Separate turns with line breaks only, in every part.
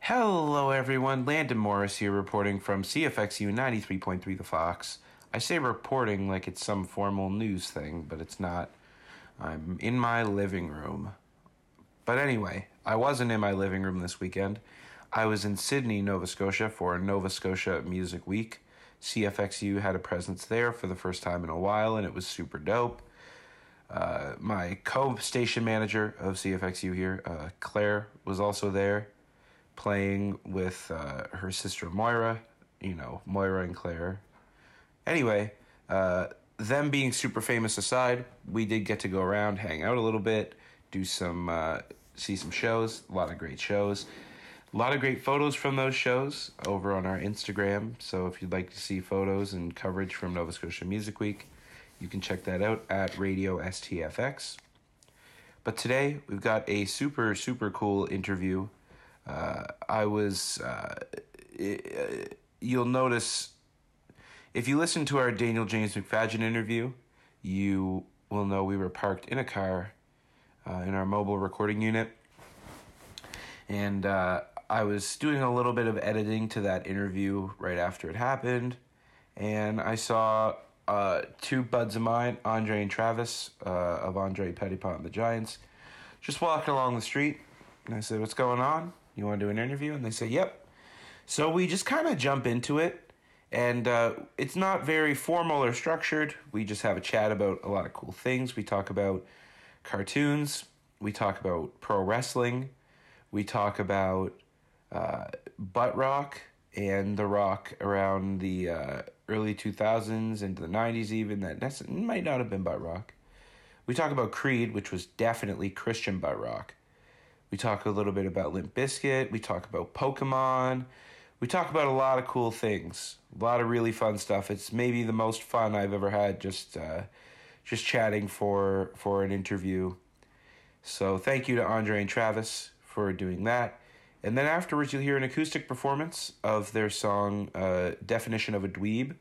Hello, everyone. Landon Morris here, reporting from CFXU 93.3 The Fox. I say reporting like it's some formal news thing, but it's not. I'm in my living room. But anyway, I wasn't in my living room this weekend. I was in Sydney, Nova Scotia for Nova Scotia Music Week. CFXU had a presence there for the first time in a while, and it was super dope. Uh, my co station manager of CFXU here, uh, Claire, was also there playing with uh, her sister Moira, you know, Moira and Claire. Anyway, uh, them being super famous aside, we did get to go around, hang out a little bit, do some, uh, see some shows, a lot of great shows. A lot of great photos from those shows over on our Instagram. So if you'd like to see photos and coverage from Nova Scotia Music Week, you can check that out at Radio STFX. But today we've got a super, super cool interview I was. Uh, i- uh, you'll notice if you listen to our Daniel James McFadgen interview, you will know we were parked in a car uh, in our mobile recording unit, and uh, I was doing a little bit of editing to that interview right after it happened, and I saw. Uh, two buds of mine, Andre and Travis uh, of Andre Pettypot and the Giants, just walking along the street. And I said, What's going on? You want to do an interview? And they said, Yep. So we just kind of jump into it. And uh, it's not very formal or structured. We just have a chat about a lot of cool things. We talk about cartoons, we talk about pro wrestling, we talk about uh, butt rock and the rock around the uh, early 2000s into the 90s, even that nec- might not have been butt rock. We talk about Creed, which was definitely Christian butt rock. We talk a little bit about Limp Bizkit. We talk about Pokemon. We talk about a lot of cool things. A lot of really fun stuff. It's maybe the most fun I've ever had just uh, just chatting for for an interview. So thank you to Andre and Travis for doing that. And then afterwards, you'll hear an acoustic performance of their song uh, "Definition of a Dweeb,"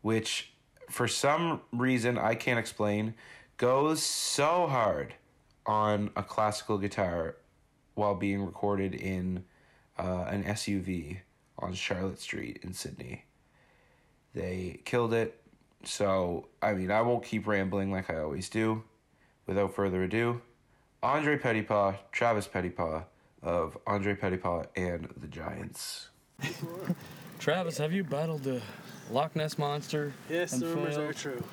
which, for some reason I can't explain, goes so hard on a classical guitar while being recorded in uh, an SUV on Charlotte Street in Sydney. They killed it. So, I mean, I won't keep rambling like I always do. Without further ado, Andre Pettypaw, Travis Pettypaw of Andre Pettypaw and the Giants.
Travis, have you battled the Loch Ness monster?
Yes,
and
the rumors
failed?
are true.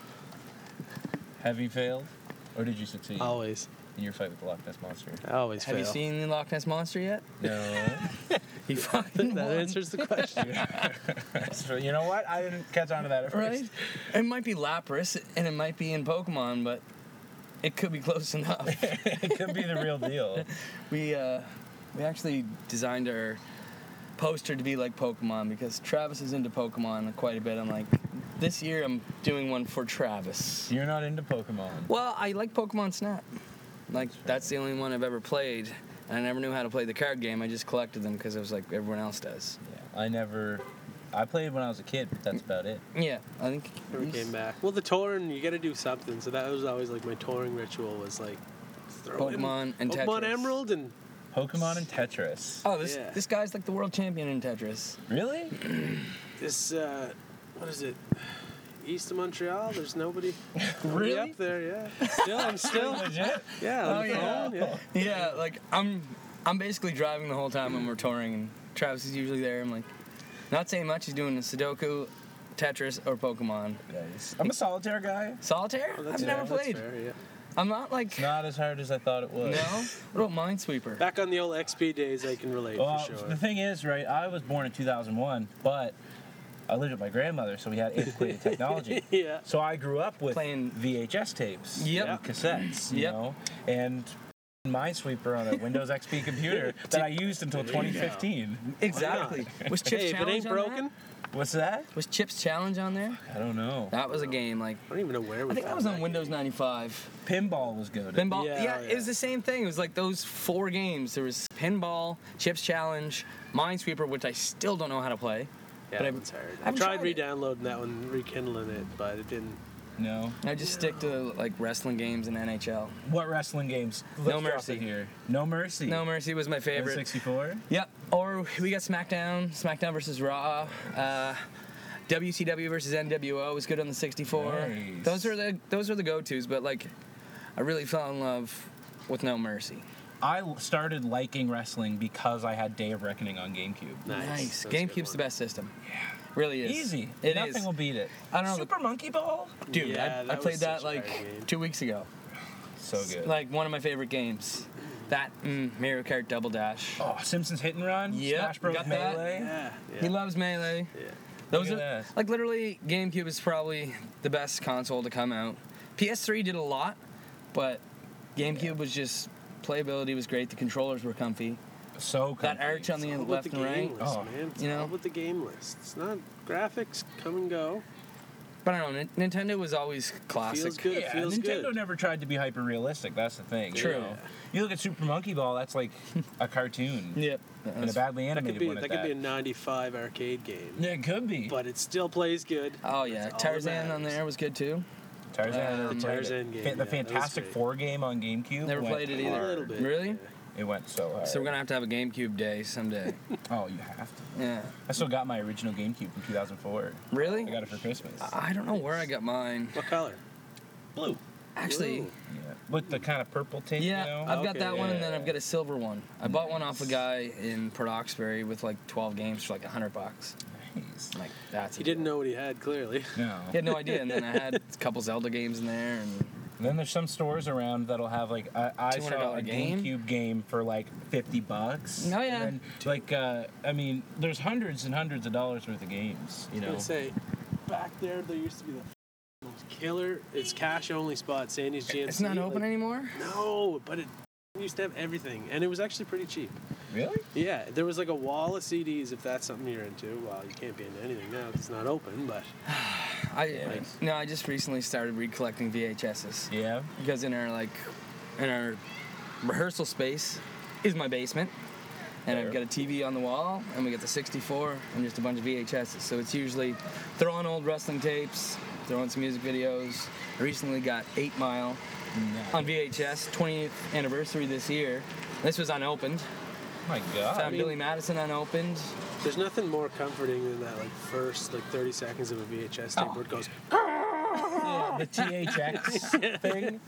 Have you failed, or did you succeed
Always,
in your fight with the Loch Ness monster?
I always
Have
fail.
you seen the Loch Ness monster yet?
No.
He fucking
that
won,
answers the question.
so you know what? I didn't catch on to that at
right?
first.
It might be Lapras and it might be in Pokemon, but it could be close enough.
it could be the real deal.
we uh, we actually designed our poster to be like Pokemon because Travis is into Pokemon quite a bit. I'm like, this year I'm doing one for Travis.
You're not into Pokemon.
Well, I like Pokemon Snap. Like that's the only one I've ever played, and I never knew how to play the card game. I just collected them because it was like everyone else does.
Yeah, I never. I played when I was a kid, but that's about it.
Yeah, I think.
Never came back. Well, the touring, you got to do something. So that was always like my touring ritual was like throw in
Pokemon and
Pokemon
Tetris.
Emerald and
Pokemon and Tetris.
Oh, this
Yeah.
this guy's like the world champion in Tetris.
Really?
this. Uh, what is it? East of Montreal. There's nobody. nobody
Really?
up there? Yeah. Still, I'm still.
Legit?
Yeah.
Oh,
I'm
yeah.
phone, yeah.
Yeah, like I'm I'm basically driving the whole time when we're touring, and Travis is usually there. I'm like, not saying much. He's doing a Sudoku, Tetris, or Pokemon.
Nice. I'm a solitaire guy.
Solitaire?
Oh,
I've
that's fair,
never
that's
played.
fair, yeah.
I'm not like. No.
Not as hard as I thought it was.
What about Minesweeper?
Back on the old XP days, I can relate
Well,
for
the
sure.
thing is, right? I was born in 2001, but I lived with my grandmother, so we had antiquated technology.
Yeah.
So I grew up with
Playing-
VHS tapes,
Yep.
and cassettes, you
Yep.
know, and Minesweeper on a Windows XP computer that I used until 2015.
Exactly. Was Chips
Hey, if it
Challenge
ain't
on that?
broken,
What's that?
Was Chips Challenge on there?
I don't know.
That was a game. Like
I don't even know where we.
I think that
found
was on
that
Windows 95.
Pinball was good.
Pinball. Yeah,
Yeah, oh,
it was
yeah.
the same thing. It was like those four games. There was Pinball, Chips Challenge, Minesweeper, which I still don't know how to play. But
Yeah, but
I've-
I'm tired.
I've
I tried
tried it.
re-downloading that one, rekindling it, but it didn't.
No.
I just stick to like wrestling games and NHL.
What wrestling games?
No
drop
Mercy.
it here. No mercy.
No Mercy was my favorite.
64.
Yep. Or we got SmackDown, SmackDown versus Raw. Uh, WCW versus NWO was good on the 64.
Nice.
Those are the those are the go-tos, but like I really fell in love with No Mercy.
I l- started liking wrestling because I had Day of Reckoning on GameCube.
Nice. That's a good
GameCube's the
one.
best system. Yeah. Really is.
Easy.
It is.
Nothing will beat it.
I don't know the-
Super Monkey Ball.
Dude,
Yeah,
I, I
that
played
was
that
such a
like
hard game.
two weeks ago.
So good.
Like one of my favorite games. That mm, Mario Kart Double Dash.
oh, Simpsons Hit and Run.
Yep,
Smash Bros.
got that.
Melee.
Yeah. yeah.
He loves Melee.
yeah.
Those
Look
are
at that.
like literally GameCube is probably the best console to come out. PS3 did a lot, but GameCube was just playability was great. The controllers were comfy.
So
That
comfy.
arch on the
It's all about
left
the
and right.
game List,
Oh.
man. It's
You
all
know?
about the game list. It's not graphics come and go.
But I don't know. Nin- Nintendo was always classic.
Feels good.
Yeah,
feels
Nintendo
good.
never tried to be hyper realistic. That's the thing. you
True.
know? You look at Super Monkey Ball. That's like a cartoon.
Yep.
And a badly
that
animated
could be
one.
that
at
could be a 95 arcade game.
Yeah, it could be.
But it still plays good.
Oh yeah,
That's all that
Tarzan on
matters.
there was good too.
Tarzan. I never
Um,
played
uh, Tarzan game,
it. Fa-
yeah,
the
that was
Fantastic
great.
Four game on GameCube.
Never
went
played it
A
either.
little bit.
Really?
yeah.
It went so hard.
So we're gonna have to have a GameCube day someday.
Oh, you have to.
yeah.
I still got my original GameCube from 2004.
Really?
I got it for Christmas.
Uh,
I don't know where I got mine.
What color?
Blue.
Actually,
Ooh.
Yeah. With the kind of purple tint.
yeah,
You know?
I've got
Okay,
that one, and then
yeah.
I've got a silver one. I bought one off a guy in Port Oxbury with like 12 games for like 100 bucks.
Nice.
I'm like that's. a
He didn't
deal.
know what he had clearly.
No.
He had no idea, and then I had a couple Zelda games in there, and
And then there's some stores around that'll have like I, I saw
$200
a
game?
GameCube game for like 50 bucks.
Oh,
And
yeah.
then, like uh, I mean, there's hundreds and hundreds of dollars worth of games. You
I'm
know.
gonna say, back there there used to be the most killer. It's cash only spot. Sandy's GNC.
it's not open
like,
anymore.
No, but it used to have everything, and it was actually pretty cheap.
Really?
Yeah, there was like a wall of CDs if that's something you're into. Well, you can't be into anything now. 'cause It's not open, but
I
Nice.
no, I just recently started recollecting VHSs
Yeah.
because in our like, in our rehearsal space, is my basement. And I've got
Fair.
a TV on the wall, and we got the 64, and just a bunch of VHSs. So it's usually throwing old wrestling tapes, throwing some music videos. I recently got Eight Mile,
No.
on VHS, 20th anniversary this year. This was unopened.
Oh My
Found
God.
Billy Madison unopened.
there's nothing more comforting than that like first like 30 seconds of a VHS tape where it goes.
the THX thing.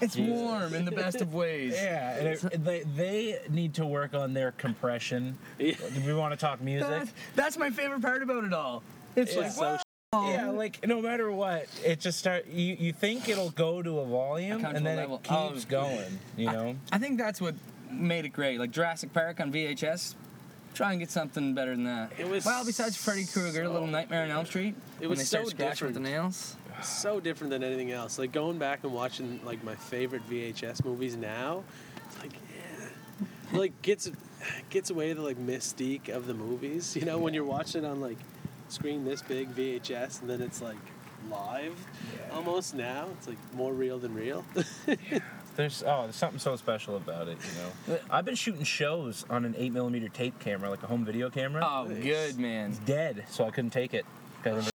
It's warm in the best of ways.
Yeah, and it, they they need to work on their compression.
Yeah.
Do we want to talk music?
That's, that's my favorite part about it all. It's
Yeah.
like,
So
wow.
Yeah, like no matter what, it just start. You, you think it'll go to a volume,
Accountable
and then
level.
it keeps
Oh.
going. You know,
I think that's what made it great. Like Jurassic Park on VHS. Try and get something better than that.
It was
well, besides Freddy Krueger,
so-
Little Nightmare on Elm Street.
It
when
was
they start
so
scratching with the
different.
nails.
so different than anything else. Like going back and watching like my favorite VHS movies now, it's like yeah, like gets gets away the like mystique of the movies. You know, when you're watching on like screen this big VHS and then it's like live almost now. It's like more real than real.
there's oh, there's something so special about it. You know, I've been shooting shows on an eight millimeter tape camera, like a home video camera.
Oh, good man.
dead, so I couldn't take it. 'Cause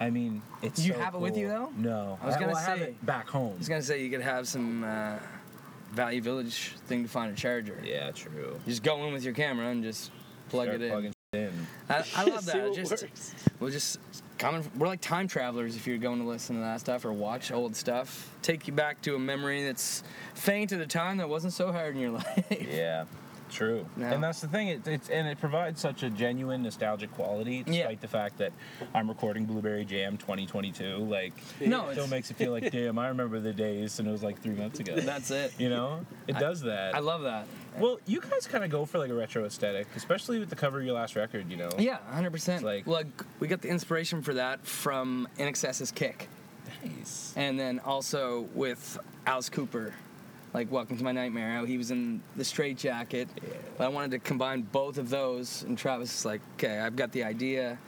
I mean, it's.
You
so
have it with you,
cool.
though?
No,
I was gonna
well, I have
say-
it back home.
I was gonna say you could have some uh, Value Village thing to find a charger.
Yeah, true.
Just go in with your camera and just plug
Start
it in.
plugging in.
I, I love
See
that.
what
Just
works.
we'll just coming. We're like time travelers if you're going to listen to that stuff or watch old stuff. Take you back to a memory that's faint at a time that wasn't so hard in your life.
Yeah, true.
No.
And that's the thing. It, it's and it provides such a genuine nostalgic quality, despite
Yeah.
the fact that I'm recording Blueberry Jam 2022. Like,
No,
it
it's,
still makes it feel like, damn, I remember the days, and it was like three months ago.
that's it.
you know, it does that.
I love that.
well, you guys kind of go for like a retro aesthetic, especially with the cover of your last record. You know.
Yeah, 100%.
It's like-
Like we got the inspiration for that from NXS's Kick,
Nice.
and then also with Alice Cooper. Like Welcome to My Nightmare, how he was in the straight jacket. But I wanted to combine both of those, and Travis is like, "Okay, I've got the idea.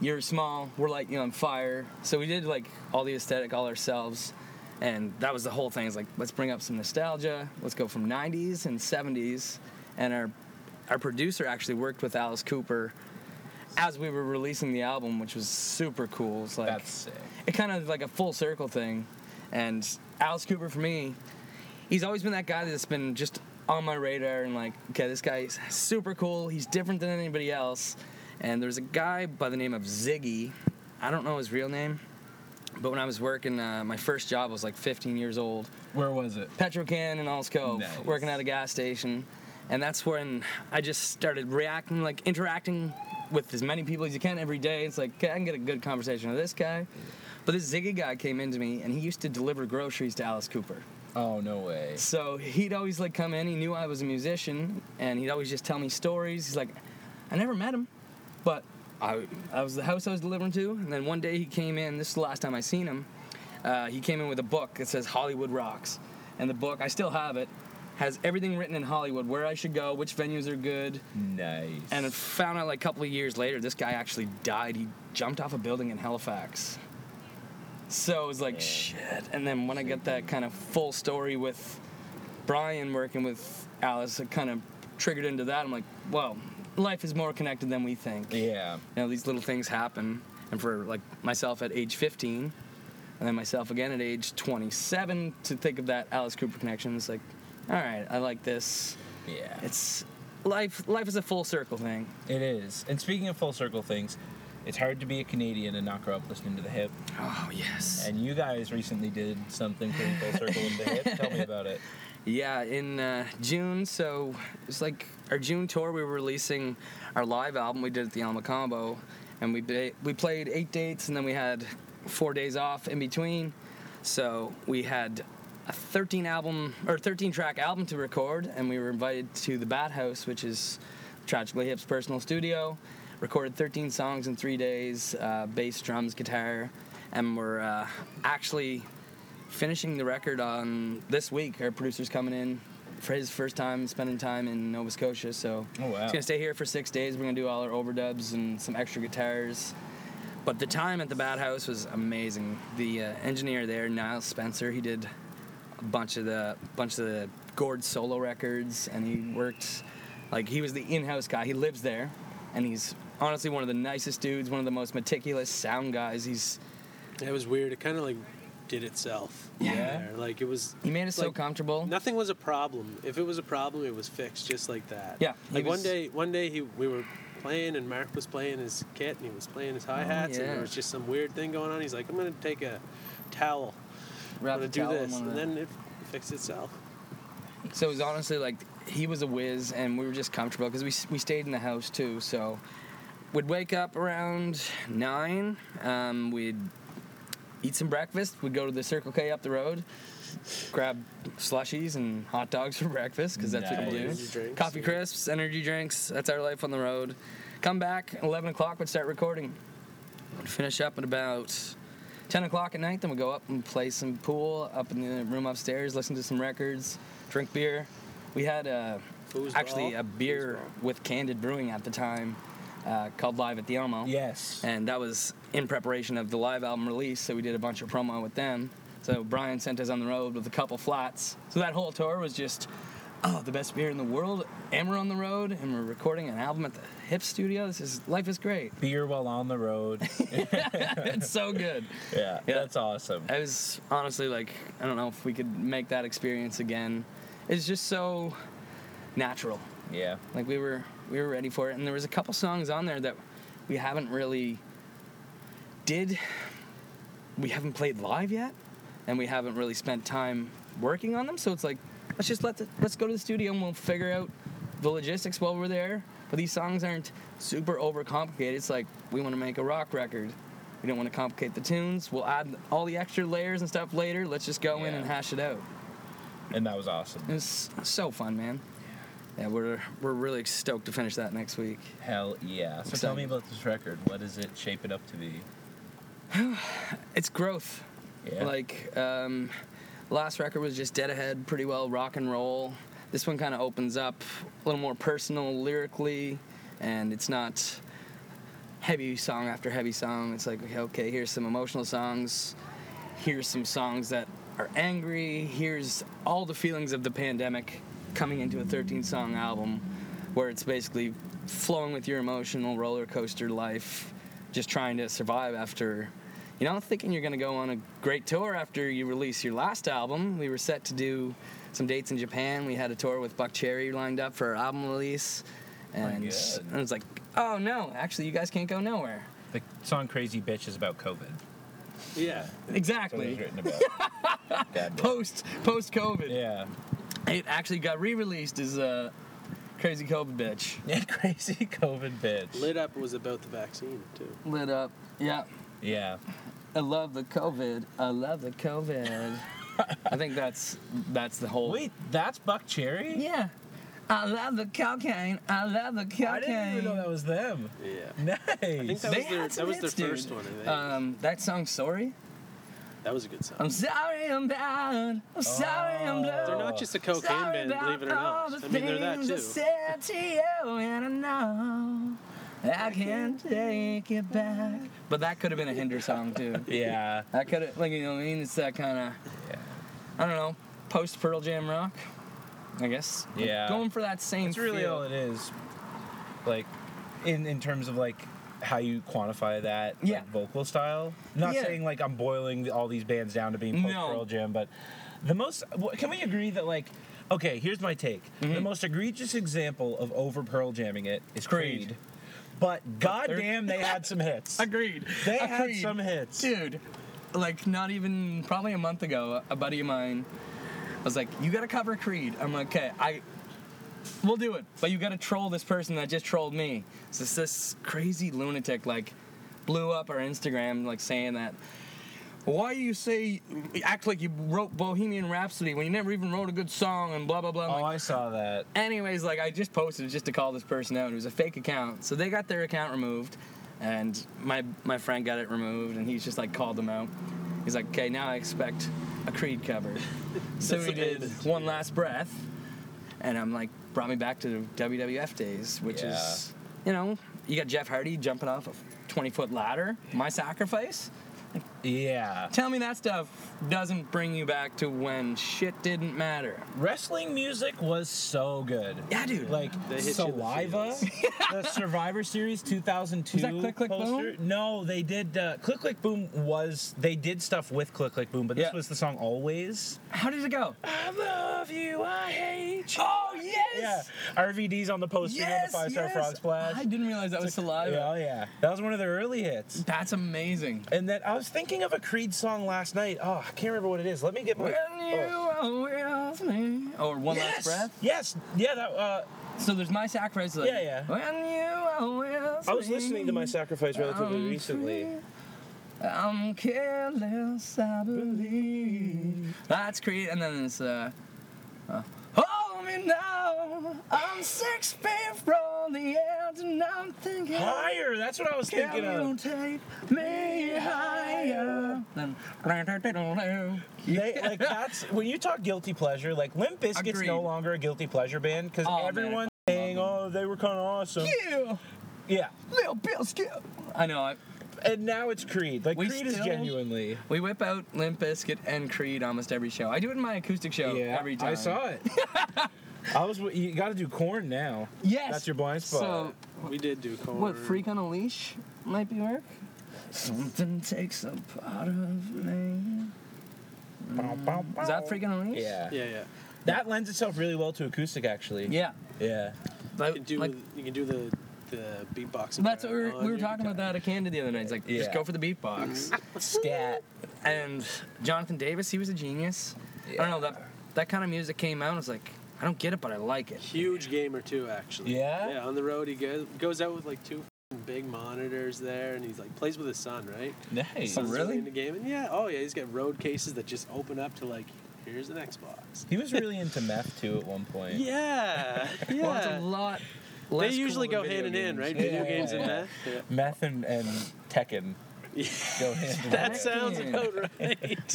you're small, we're lighting you on fire. So we did like all the aesthetic all ourselves. And that was the whole thing. It's like, let's bring up some nostalgia. Let's go from 90s and 70s. And our our producer actually worked with Alice Cooper as we were releasing the album, which was super cool. It's like
That's sick.
it kind of like a full circle thing. And Alice Cooper for me, he's always been that guy that's been just on my radar and like, okay, this guy's super cool. He's different than anybody else. And there's a guy by the name of Ziggy. I don't know his real name, but when I was working, uh, my first job I was like 15 years old.
Where was it?
Petrocan and Alls Cove,
Nice.
working at a gas station. And that's when I just started reacting, like interacting with as many people as you can every day. It's like, okay, I can get a good conversation with this guy. But this Ziggy guy came into me and he used to deliver groceries to Alice Cooper.
Oh no way.
So he'd always like come in, he knew I was a musician, and he'd always just tell me stories. He's like, I never met him, but I, I was the house I was delivering to, and then one day he came in, this is the last time I seen him, uh, he came in with a book that says Hollywood Rocks. And the book, I still have it, has everything written in Hollywood, where I should go, which venues are good.
Nice.
And I found out like a couple of years later, this guy actually died. He jumped off a building in Halifax. So it was like, shit. And then when I got that kind of full story with Brian working with Alice, it kind of triggered into that. I'm like, well, life is more connected than we think.
yeah.
You know, these little things happen. And for like myself at age 15, and then myself again at age 27, to think of that Alice Cooper connection, it's like, all right, I like this.
Yeah.
It's life. Life is a full circle thing.
It is. And speaking of full circle things, it's hard to be a Canadian and not grow up listening to the hip.
Oh yes.
And you guys recently did something pretty full circle with the hip. Tell me about it.
yeah, in uh, June, so it's like our June tour. We were releasing our live album we did at the Alma Combo, and we ba- we played eight dates, and then we had four days off in between. So we had a 13 album or 13 track album to record, and we were invited to the Bat House, which is Tragically Hip's personal studio. Recorded 13 songs in three days, uh, bass, drums, guitar, and we're uh, actually finishing the record on this week. Our producer's coming in for his first time spending time in Nova Scotia, so
Oh, wow.
he's gonna stay here for six days. We're gonna do all our overdubs and some extra guitars. But the time at the Bad House was amazing. The uh, engineer there, Niles Spencer, he did a bunch of the bunch of the Gord solo records, and he worked like he was the in-house guy. He lives there, and he's honestly one of the nicest dudes, one of the most meticulous sound guys. He's
It was weird. It kind of like did itself.
Yeah.
there. Like it was.
he made us so
Like,
comfortable.
Nothing was a problem. If it was a problem, it was fixed just like that.
Yeah, he
Like
was-
one day, one day he we were playing and Mark was playing his kit and he was playing his hi hats and
yeah.
there was just some weird thing going on. He's like, I'm gonna take a towel. I'm
Wrapped
gonna
a
do
towel in
this,
one of
and
the-
then it fixed itself.
So it was honestly like he was a whiz, and we were just comfortable because we s- we stayed in the house too. So we'd wake up around nine. Um, we'd eat some breakfast. We'd go to the Circle K up the road, grab slushies and hot dogs for breakfast because that's what you
Nice.
do.
Drinks,
Coffee
yeah.
crisps, energy drinks. That's our life on the road. Come back eleven o'clock. We'd start recording. We'd finish up at about 10 o'clock at night, then we go up and play some pool up in the room upstairs, listen to some records, drink beer. We had uh,
Foosball.
actually a beer
Foosball.
with Candid Brewing at the time uh, called Live at the Elmo.
Yes.
And that was in preparation of the live album release, so we did a bunch of promo with them. So Brian sent us on the road with a couple flats. So that whole tour was just, oh, the best beer in the world, and we're on the road, and we're recording an album at the Hip Studio. This is, life is great.
Beer while on the road.
it's so good.
yeah,
Yeah. Uh,
That's awesome.
I was honestly like, I don't know if we could make that experience again. It's just so natural.
Yeah.
Like we were we were ready for it, and there was a couple songs on there that we haven't really did. We haven't played live yet, and we haven't really spent time working on them. So it's like, let's just let the, let's go to the studio and we'll figure out the logistics while we're there. But these songs aren't super overcomplicated. It's like we want to make a rock record. We don't want to complicate the tunes. We'll add all the extra layers and stuff later. Let's just go in
Yeah.
and hash it out.
And that was awesome.
It was so fun, man. Yeah, we're we're really stoked to finish that next week.
Hell yeah. So tell me about this record. What does it shape it up to be?
It's growth.
Yeah.
Like um, last record was just dead ahead, pretty well rock and roll. This one kind of opens up a little more personal lyrically, and it's not heavy song after heavy song. It's like okay, okay, here's some emotional songs, here's some songs that are angry, here's all the feelings of the pandemic coming into a 13 song album. where it's basically flowing with your emotional roller coaster life, just trying to survive after, you know, thinking you're going to go on a great tour after you release your last album. We were set to do some dates in Japan. We had a tour with Buck Cherry lined up for our album release. And,
God.
and it was like, oh no, actually, you guys can't go nowhere.
The song "Crazy Bitch" is about COVID.
Yeah.
That's what it was
Exactly.
written about. God damn.
Post post COVID.
Yeah.
It actually got re-released as uh, Crazy COVID Bitch.
Yeah, crazy COVID bitch.
Lit Up was about the vaccine, too.
Lit up. Yeah.
Yeah.
I love the COVID. I love the COVID. I think that's that's the whole.
Wait, that's Buck Cherry?
Yeah. I love the cocaine. I love the cocaine.
I didn't even know that was them.
Yeah.
Nice.
I think that
They
was their,
had
that
some
was their
hits, dude.
first one, I think.
Um, that song, sorry.
that was a good song.
I'm sorry I'm bad. I'm sorry I'm
Oh.
blue.
They're not just a cocaine
Sorry
band,
about
believe it or not.
all the
I mean, they're that
things I
too.
said to you, and I know I can't take it back. But that could have been a Hinder song too.
Yeah.
That could have, like, you know what I mean? It's that kind of,
Yeah.
I don't know, post Pearl Jam rock, I guess. Like,
Yeah.
going for that same.
That's really
feel.
all it is. Like, in in terms of like how you quantify that like,
Yeah.
vocal style. Not
Yeah.
saying like I'm boiling all these bands down to being post
No.
Pearl Jam, but the most wh- can we agree that like okay, here's my take. The
Mm-hmm.
most egregious example of over Pearl Jamming it is
Creed.
Creed. But goddamn, they had some hits.
Agreed.
They
Agreed.
had some hits.
Dude, like not even probably a month ago, a buddy of mine was like, "You gotta cover Creed." I'm like, "Okay, I, we'll do it, but you gotta troll this person that just trolled me." It's this, this crazy lunatic like blew up our Instagram like saying that. Why you say act like you wrote Bohemian Rhapsody when you never even wrote a good song and blah blah blah? I'm
Oh,
like,
I saw that.
anyways, like I just posted just to call this person out. It was a fake account, so they got their account removed, and my my friend got it removed, and he's just like called them out. He's like, okay, now I expect a Creed cover. so
That's
we did
amazing.
one last breath, and I'm like, brought me back to the WWF days, which
Yeah.
is, you know, you got Jeff Hardy jumping off a 20 foot ladder, my sacrifice.
Yeah.
Tell me that stuff doesn't bring you back to when shit didn't matter.
Wrestling music was so good.
Yeah, dude.
Like
They hit you in the
Saliva, the Survivor Series 2002
Was that Click Click
poster. No, they did. Uh, Click Click Boom was they did stuff with Click Click Boom, but this
Yeah.
was the song Always.
How did it go?
I love you, I hate you.
Oh, yes!
Yeah, RVD's on the poster doing the five star frog splash.
I didn't realize that was saliva.
Yeah, oh yeah, that was one of their early hits.
That's amazing.
And then I was thinking of a Creed song last night. Oh, I can't remember what it is. Let me get my. oh.
Or Oh, one
Yes!
last breath.
Yes. Yeah. That. Uh,
So there's my sacrifice. Like,
Yeah, yeah.
When you are with
I was
me,
listening to my sacrifice relatively
I'm
recently.
I'm careless, I believe. That's Creed. And then it's, uh, uh, Hold me now. I'm six feet from the edge, and I'm thinking.
Higher. That's what I was
Can
thinking
you
of.
take me higher? Then,
They, like that's when you talk guilty pleasure. Like Limp Bizkit's
Agreed.
no longer a guilty pleasure band because
Oh, man,
everyone's
I love
saying, "Oh, they were kind of awesome."
you,
Yeah.
little biscuit. I know. I,
And now it's Creed. Like
We
Creed is
still-
genuinely.
we whip out Limp Bizkit and Creed almost every show. I do it in my acoustic show
Yeah.
every time.
I saw it. I was. You got to do corn now.
Yes.
That's your blind spot.
So
We did do corn.
what? Freak on a leash might be work. Something takes a part of me.
Bow, bow,
Is
bow.
that freak on a leash?
Yeah.
Yeah, yeah.
That lends itself really well to acoustic, actually.
Yeah.
Yeah.
Like-
You can do,
like-
you can do the, the beatboxing.
that's what we were,
on
we were
your
talking about
guitar.
that at Canada the other night. It's like just
Yeah.
go for the beatbox.
Scat.
and Jonathan Davis, he was a genius. I don't know that that kind of music came out. I was like, I don't get it, but I like it.
Huge gamer, too, actually.
Yeah?
Yeah, on the road, he goes, goes out with like two f***ing big monitors there, and he's like, plays with his son, right?
Nice.
Oh, really?
In the game, and yeah, oh yeah, he's got road cases that just open up to like, here's an Xbox.
He was really into meth too at one point.
Yeah, yeah.
Well, it's a lot.
they
less cool
usually
than
go hand
video
in
games.
hand, right?
Yeah,
Video
yeah,
games
yeah.
and that. Yeah.
Meth and, and Tekken
Yeah.
go hand in
That
hand.
sounds
Tekken.
about right.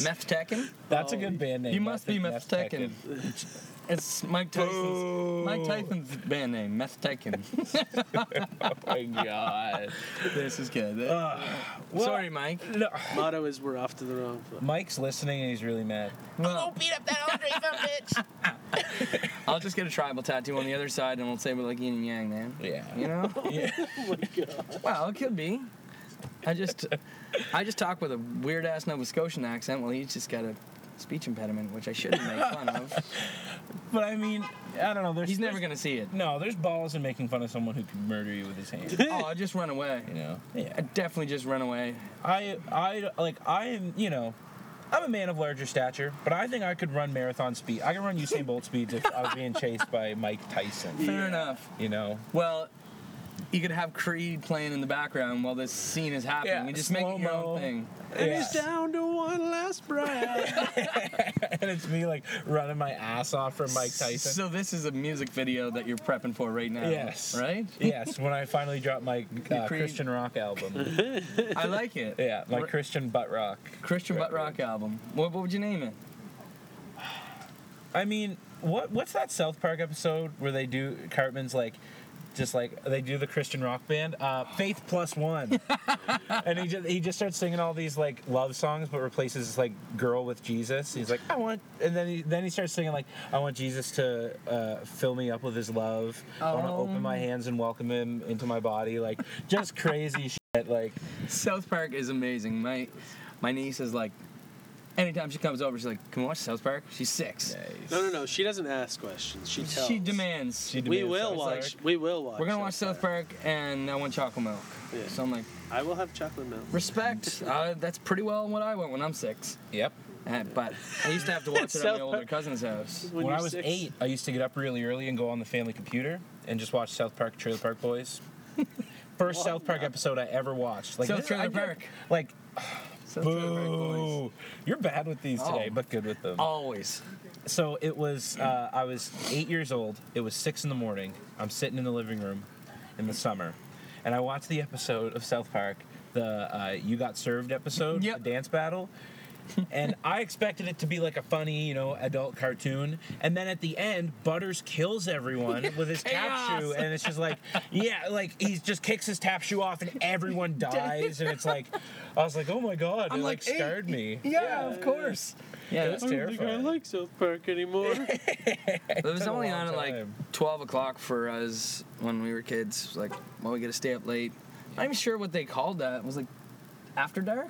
Meth Tekken.
That's a good band name.
You Oh, must be Oh. Meth Tekken. It's Mike Tyson's Mike
Boo.
Tyson's band name, Meth Tekken.
Oh my god.
this is good.
Uh, well-
Sorry, Mike.
No,
Motto is we're off to the wrong foot.
Mike's listening and he's really mad.
Well,
beat up that Andre some bitch.
I'll just get a tribal tattoo on the other side, and we'll say we're like yin and yang, man.
Yeah.
You know?
Yeah.
Well, it could be. I just, I just talk with a weird ass Nova Scotian accent. Well, he's just got a speech impediment, which I shouldn't make fun of.
But I mean, I don't know. There's
He's never
there's-
gonna see it.
No, there's balls in making fun of someone who could murder you with his hand.
Oh, I just run away.
You know.
I
Yeah.
definitely just run away.
I I like I am you know. I'm a man of larger stature, but I think I could run marathon speed. I could run Usain Bolt speeds if I was being chased by Mike Tyson.
Fair enough.
You know,
Well, you could have Creed playing in the background while this scene is happening.
Yeah,
you just make it your
slow-mo.
own thing.
And he's
Yeah.
down to one last breath.
and it's me like running my ass off for Mike Tyson.
So this is a music video that you're prepping for right now.
Yes.
Right?
yes, when I finally dropped my
Creed.
uh, Christian rock album.
I like it.
Yeah, my
R-
Christian butt rock.
Christian Butt Rock
record.
album. What, what would you name it?
I mean, what what's that South Park episode where they do Cartman's like, just like they do the Christian rock band, uh, Faith Plus One, and he just he just starts singing all these like love songs, but replaces like girl with Jesus. He's like, I want, and then he then he starts singing like, I want Jesus to uh, fill me up with His love. I want to open my hands and welcome Him into my body, like just crazy shit. Like,
South Park is amazing. My my niece is like, anytime she comes over, she's like, "Can we watch South Park?" She's six.
no, no, no. She doesn't ask questions. She tells.
She demands.
She
We
demands
will
South
watch.
Park.
We will watch.
We're gonna watch South Park, and I want chocolate milk.
Yeah.
So I'm like,
I will have chocolate milk.
respect. uh, that's pretty well what I want when I'm six.
Yep.
Uh, but I used to have to watch it at my
South
older
Park.
cousin's house.
When, I
you're
was
six.
eight, I used to get up really early and go on the family computer and just watch South Park Trailer Park Boys. First South Park episode I ever watched. Like
So
this-
Trailer
I did-
Park.
Like
South Park boys.
boo. You're bad with these
Oh.
today, but good with them.
Always.
So it was. Uh, I was eight years old. It was six in the morning. I'm sitting in the living room, in the summer, and I watched the episode of South Park, the uh, "You Got Served" episode,
Yep.
the dance battle. and I expected it to be like a funny, you know, adult cartoon. And then at the end, Butters kills everyone with his tap
Chaos.
shoe, and it's just like, yeah, like he just kicks his tap shoe off, and everyone dies. and it's like, I was like, oh my god,
I'm
it
like
like,
eight.
scared me.
Yeah, of course. Yeah,
It's
I don't think I
terrifying.
like South Park anymore.
It was
been a
only
long
on at like
time.
12 o'clock for us when we were kids. Like, well, we got to stay up late. Not even sure what they called that. It was like After Dark?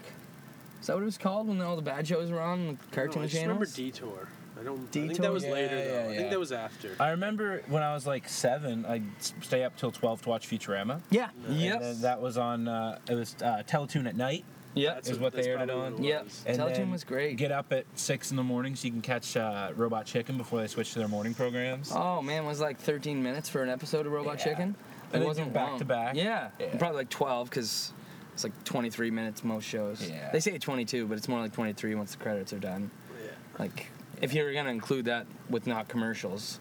Is that what it was called when all the bad shows were on, the
No,
cartoon
Oh, I just remember
channels?
Detour. I don't. I think
Detour?
that was
Yeah,
later though.
yeah,
I
yeah.
think that was after.
I remember when I was like seven, I'd s- stay up till twelve to watch Futurama.
yeah.
And
Yep.
then that was on. Uh, it was uh, Teletoon at night.
Yep.
That's
is what
that's
they aired it
probably
on.
what
Yep.
was.
And
Teletoon
then
was great.
Get up at six in the morning so you can catch uh, Robot Chicken before they switch to their morning programs.
Oh man, was it like 13 minutes for an episode of Robot
Yeah.
Chicken.
And they do back
long.
to back.
Yeah.
Yeah.
Probably like 12 because it's like 23 minutes most shows.
Yeah.
They say 22, but it's more like 23 once the credits are done.
Yeah.
Like, if you're gonna include that with not commercials,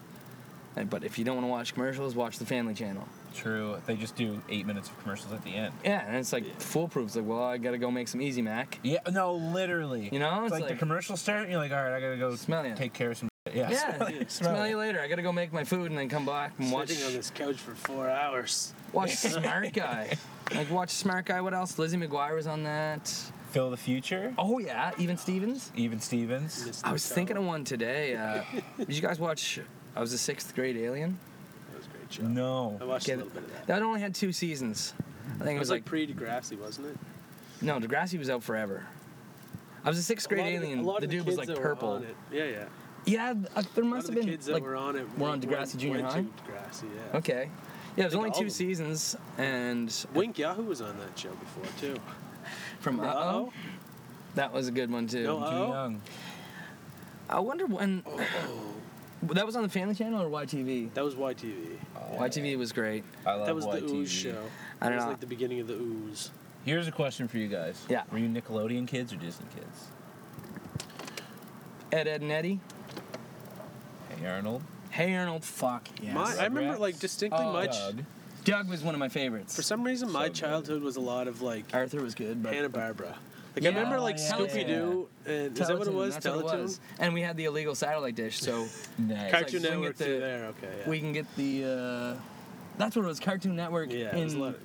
Uh, but if you don't want to watch commercials, watch the Family Channel.
True. They just do eight minutes of commercials at the end.
Yeah, and it's like foolproof. It's like, well, I gotta go make some Easy Mac.
Yeah. No, literally.
You know,
it's,
it's
like,
like-
the commercials start. And you're like, all right, I gotta go
Smell ya.
take care of some. shit." Yeah.
Yeah,
smell ya, smell
smell
ya.
you later. I gotta go make my food and then come back and watch
Sitting on this couch for four hours.
watch Smart Guy. Like watch Smart Guy. What else? Lizzie McGuire was on that.
Phil the Future.
Oh yeah, even Stevens.
Even Stevens.
Missed
I
the
was
show.
thinking of one today. Uh, did you guys watch? I was a sixth grade alien.
That was a great show. I
No.
watched
Get
a
it.
little bit of that.
That only had two seasons. I think
It
it
was like
like
pre Degrassi, wasn't it?
No, Degrassi was out forever. I was a sixth grade
A lot of
alien.
a lot
the
of
dude was
kids
like
that were
purple.
on it- Yeah, yeah.
Yeah, th- uh, there
A lot
must have
of the
been
kids that
like
were on it.
were on
went-
Degrassi Junior
went
High?
to Degrassi, yeah.
okay. Yeah, there's
think
only
all of
two
them.
seasons, and
Wink Yahoo was on that show before too.
from Uh Oh, that was a good one too.
No,
Too
Oh.
young.
I wonder when
Oh,
that was on the Family Channel or YTV.
that was YTV.
YTV was great.
I love
that was the
YTV.
Ooze show.
I
That
don't
was
know.
like the beginning of the Ooze.
Here's a question for you guys.
Yeah.
Were you Nickelodeon kids or Disney kids?
Ed, Ed, and Eddie.
Hey Arnold.
Hey Arnold, fuck yes.
My, I remember
Rugrats.
like distinctly
Oh,
my ch-
Doug.
Doug was one of my favorites.
for some reason my
So good.
childhood was a lot of like
Arthur was good, but
Hanna Barbera. Like
Yeah.
I remember like
Oh, yeah,
Scooby Doo and is that what it
Teletoon,
was?
that's what it was. And we had the illegal satellite dish, so
Nice.
Car-
Cartoon
Wing
Network
It the-
through there. Okay. Yeah.
we can get the. Uh, that's what it was, Cartoon Network.
yeah. it
in
was a lot of-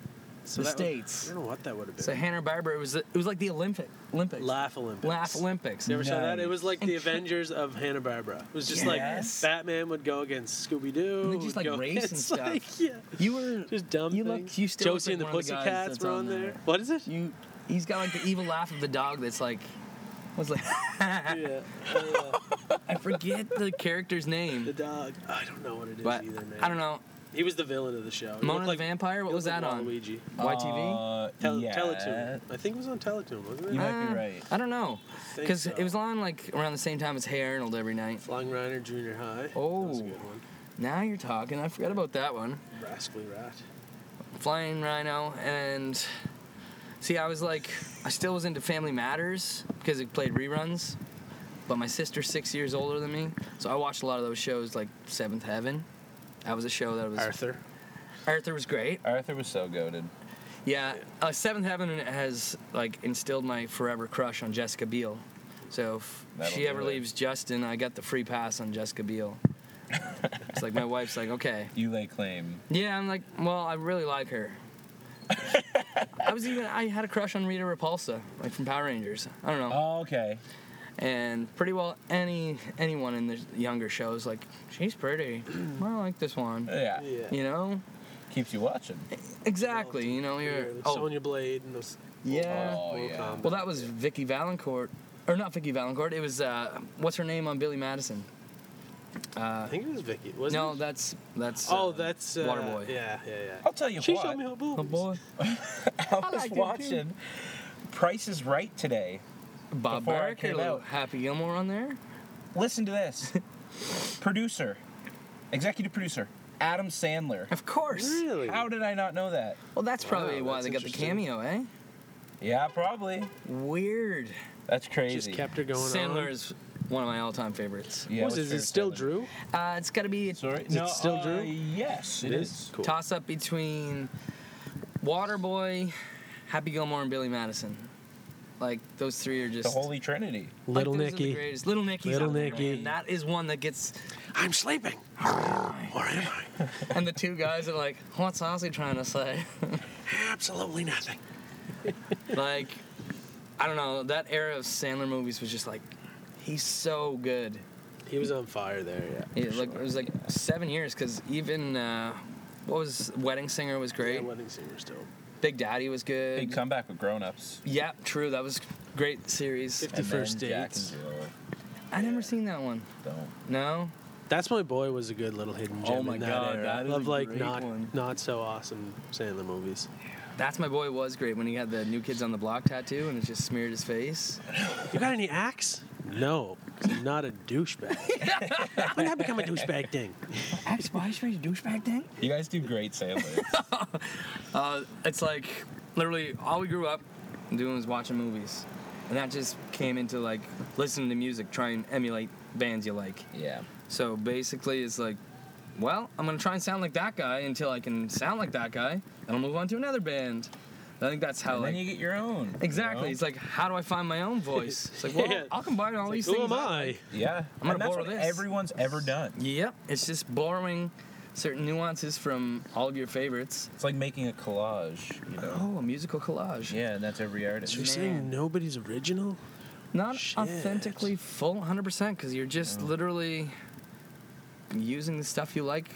So
the
that would-
states.
I don't know what that would have been.
So Hanna Barbera was the, it was like the Olympic Olympics.
Laugh Olympics.
Laugh Olympics.
Never saw that. It
Nice.
was like
And
the
tri-
Avengers of Hanna Barbera. It was just
Yes.
like Batman would go against Scooby Doo.
And they just, like, race and stuff.
Like, yeah,
You were
just dumb
You
things.
look. You still
Josie
look
and the
like one of guys
Pussycats
that's
were
on
on there. What is it?
You. He's got like the evil laugh of the dog that's like. Was like. I
yeah, uh,
forget the character's
the
name.
dog. I don't know what it is
But
either, man.
I don't know.
He was the villain of the show. He
Mona
looked
the
like-
Vampire.
he
What was
looked
that
like
on?
Waluigi. Oh,
YTV.
Uh,
Tel-
yeah.
Teletoon. I think it was on Teletoon, wasn't it?
You
Uh,
might be right.
I don't know,
think
because
so.
it was on like around the same time as Hey Arnold every night.
Flying Reiner Junior High. that was a
Oh.
good one.
Now you're talking. I forgot about that one.
Rascally Rat.
Flying Rhino and see, I was like, I still was into Family Matters because it played reruns. But my sister's six years older than me, so I watched a lot of those shows, like Seventh Heaven. That was a show that was
Arthur.
Arthur was great.
Arthur was so goaded.
Yeah, uh, Seventh Heaven has like instilled my forever crush on Jessica Biel. So if
That'll
she
do
ever
it.
leaves Justin, I got the free pass on Jessica Biel. it's like my wife's like, okay,
You lay claim.
yeah, I'm like, well, I really like her. I was even I had a crush on Rita Repulsa, like from Power Rangers. I don't know.
Oh, okay.
And pretty well any anyone in the younger shows like she's pretty. Well, I like this one.
Yeah.
Yeah.
You know?
Keeps you watching.
Exactly. You know, you're oh,
Sonya Blade and those.
yeah.
Oh,
Mortal
yeah.
Kombat.
Well, that was Vicky Valancourt or not Vicky Valancourt. It was uh what's her name on Billy Madison?
I think it was Vicky. Wasn't
No,
it?
that's that's
Oh,
uh,
that's uh,
Waterboy.
Yeah, yeah, yeah.
I'll tell you
Oh, she
what.
showed me her boobs.
Oh boy.
I was
liked it too.
watching Price is Right today.
Bob
Before I
Barker,
came
little
out.
Happy Gilmore on there.
Listen to this. producer, executive producer, Adam Sandler.
Of course.
Really?
How did I not know that?
Well, that's probably
Wow,
why
that's
they got the
interesting.
cameo, eh?
Yeah, probably.
Weird.
That's crazy.
just kept her going.
Sandler
on.
is one of my all-time favorites.
Yeah,
what
what's
is it?
your
Is it still
Sandler?
Drew?
Uh, it's got to be a
Sorry.
Is it still
uh,
Drew?
Yes, it is.
Cool.
toss-up between Waterboy, Happy Gilmore, and Billy Madison. Like those three are just
The Holy Trinity.
like,
Little
those are the
Nicky.
greatest. Little Nicky.
Little Nicky.
And that is one that gets.
I'm sleeping. or am I?
And the two guys are like, "What's Ozzy trying to say?"
Absolutely nothing.
like, I don't know. That era of Sandler movies was just like, he's so good.
He was on fire there. Yeah.
Yeah, like it was like seven years because even uh, what was Wedding Singer was
Yeah,
great.
Wedding Singer still.
Big Daddy was good.
Big comeback with grown-ups.
yeah, true. That was great series.
The first dates.
Jack and Jill.
I never seen that one.
Don't.
No.
That's my boy was a good little hidden gem
Oh my
in that
God,
era.
that is
of
a
like
great
not
one.
not so awesome Sandler movies.
That's my boy was great when he had the new kids on the block tattoo and it just smeared his face.
You got any axe? No, 'cause I'm not a douchebag. when did I become a douchebag thing?
Axe why is a douchebag thing?
You guys do great Sandler.
Uh, It's like literally all we grew up doing was watching movies. And that just came into like listening to music, try and emulate bands you like.
yeah.
So basically, it's like, well, I'm gonna try and sound like that guy until I can sound like that guy, and I'll move on to another band. I think that's how
And
like
then you get your own.
exactly.
you
It's
know?
like, how do I find my own voice? It's like, well,
Yeah.
I'll combine all
Like,
these
who
things.
am
up.
I?
yeah.
I'm gonna
and that's
borrow
what
this.
everyone's ever done.
Yep, it's just borrowing certain nuances from all of your favorites.
It's like making a collage, you know.
Oh, a musical collage.
Yeah, and that's every artist.
So you're saying
Man.
nobody's original?
Not
Shit.
authentically full 100% because you're just literally using the stuff you like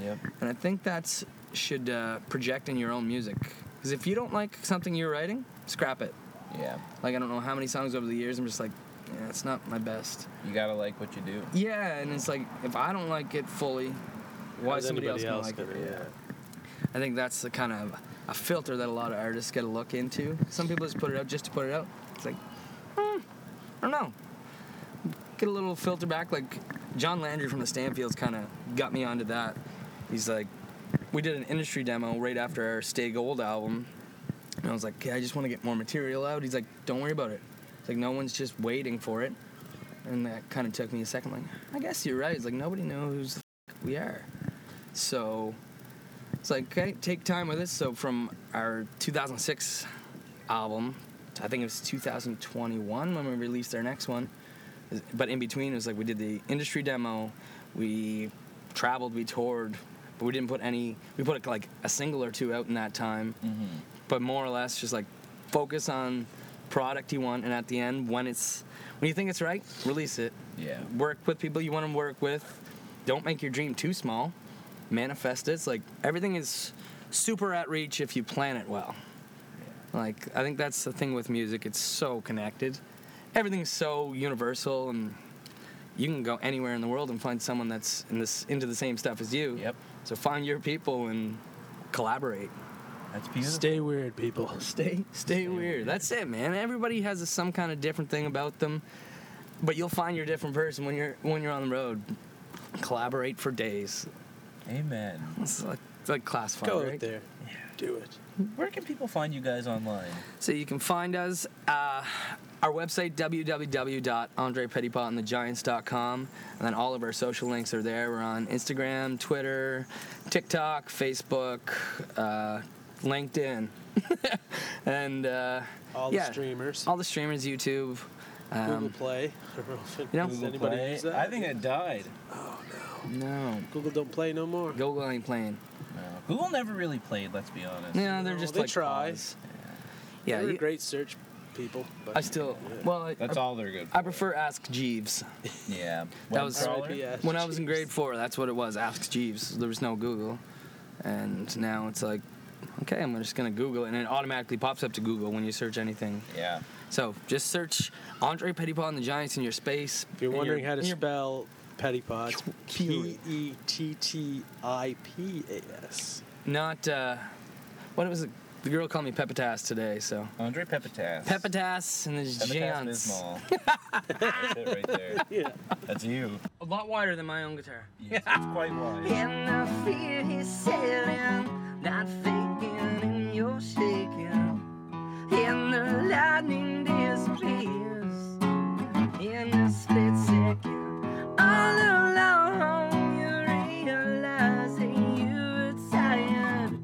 Yep.
And I think that's should uh, project in your own music. Because if you don't like something you're writing, scrap it.
Yeah.
Like I don't know how many songs over the years I'm just like, yeah, it's not my best.
You gotta like what you do.
Yeah, and it's like if I don't like it fully, why is
How's
somebody else
anybody
gonna like it?
gonna- yeah.
I think that's the kind of a filter that a lot of artists get to look into. Some people just put it out just to put it out. It's like, hmm, I don't know. Get a little filter back. Like John Landry from the Stanfields kind of got me onto that. He's like, we did an industry demo right after our Stay Gold album, and I was like, yeah, I just want to get more material out. He's like, don't worry about it. It's like no one's just waiting for it, and that kind of took me a second. Like, I guess you're right. It's like nobody knows who the f- we are, so. It's like, okay, take time with it. So from our 2006 album, I think it was 2021 when we released our next one. But in between, it was like we did the industry demo, we traveled, we toured, but we didn't put any. We put like a single or two out in that time,
but more or less just like focus on product you want, and at the end, when it's when you think it's right, release it.
Yeah.
Work with people you want to work with. Don't make your dream too small. Manifest it. It's like everything is super at reach if you plan it well. Like I think that's the thing with music. It's so connected. Everything's so universal, and you can go anywhere in the world and find someone that's in this into the same stuff as you.
Yep.
So find your people and collaborate.
That's beautiful.
Stay weird, people.
Stay, stay weird. That's it, man. Everybody has a, some kind of different thing about them, but you'll find your different person when you're when you're on the road. Collaborate for days.
Amen.
It's like, it's like class fun,
Go
right?
out there. Do it.
Where can people find you guys online?
So you can find us. Uh, our website www.andrepettipotandthegiants.com and then all of our social links are there. We're on Instagram, Twitter, TikTok, Facebook, uh, LinkedIn, and uh,
All
Yeah.
the streamers.
all the streamers, YouTube.
Google
Um,
Play. I don't know if
you know-
does
Google
anybody
Play?
use that.
I think it died.
no,
Google don't play no more.
Google ain't playing.
No. Google never really played. Let's be honest.
No, they're
No,
just
they
like
try.
paws. Yeah,
They were
you-
great search people. But
I still well, I,
That's all they're good.
I
for.
prefer Ask Jeeves.
Yeah.
That was-
Webcrawler?
RIPS.
When I was in grade four, that's what it was. Ask Jeeves. There was no Google, and now it's like, okay, I'm just gonna Google, it, and it automatically pops up to Google when you search anything.
Yeah.
So just search Andre Pettypaw and the Giants in your space.
If you're
and your-
wondering how to
and your-
spell pettipots,
Q-
P E T T I P A S.
not uh, what was it? The girl called me Pepitas today, so
Andre Pepitas.
Pepitas and the
Pepitas
Giants.
Bismol. That's it right there.
Yeah.
That's you.
A lot wider than my own guitar.
Yes, it's quite wide.
And I feel he's sailing, not faking in your shaking. And the lightning disappears in a split second. All along you realize that you were tired.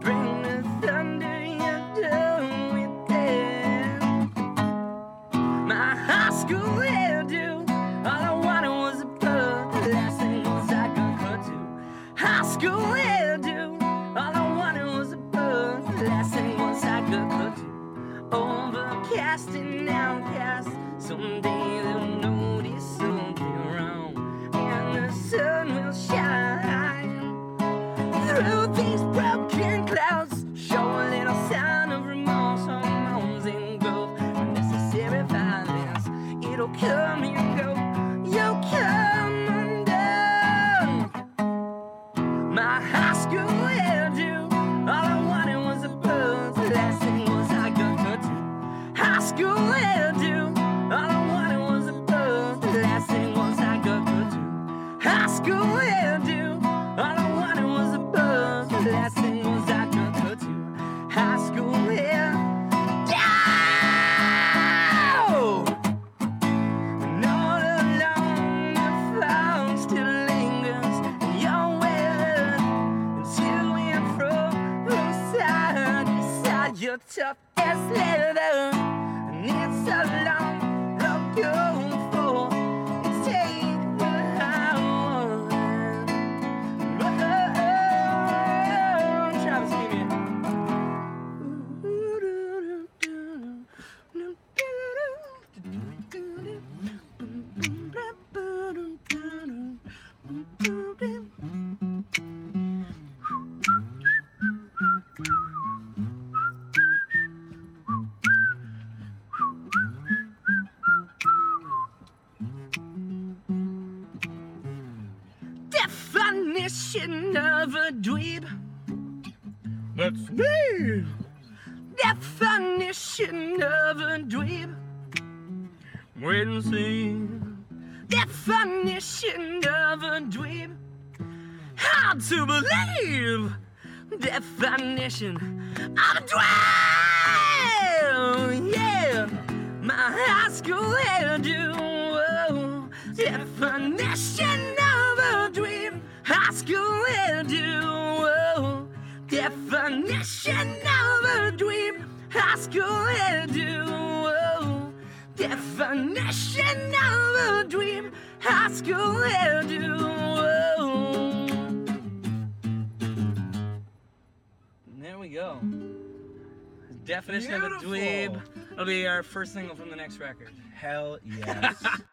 Bring the thunder, you're done with it. My high school hairdo. All I wanted was a pub. The last thing was I could cut to. High school hairdo. All I wanted was a pub. The last thing was I could cut to. Overcast and outcast. Someday they'll notice something wrong. And the sun will shine through these broken clouds. Show a little sign of remorse on moans and growth. Unnecessary violence, it'll come and go. You'll come undone. My high school hairdo. All I wanted was a buzz. The last thing was I got cut to. High school hairdo. All I wanted was a buzz. The last thing was I got cut to. High school hairdo. All I wanted was a buzz. The last thing was I got cut to. High school hairdo. And all along the fog still lingers, and you're well to and fro, from side to side. Your tough as leather, and it's a long road going for. Take the high one. Oh, Travis, give me. Definition of a dweeb.
That's
me. Definition of a dweeb. Wait and see. Definition of a dweeb. Hard to believe. Definition of a dweeb. Yeah. My high school hairdo. Whoa. Definition of a dweeb. High school hairdo. Whoa. Definition of a dweeb. High school hairdo. Whoa. Definition of a dweeb. High school hairdo. Whoa. There we go.
Definition of a dweeb.
Beautiful.
It'll be our first single from the next record.
Hell yes.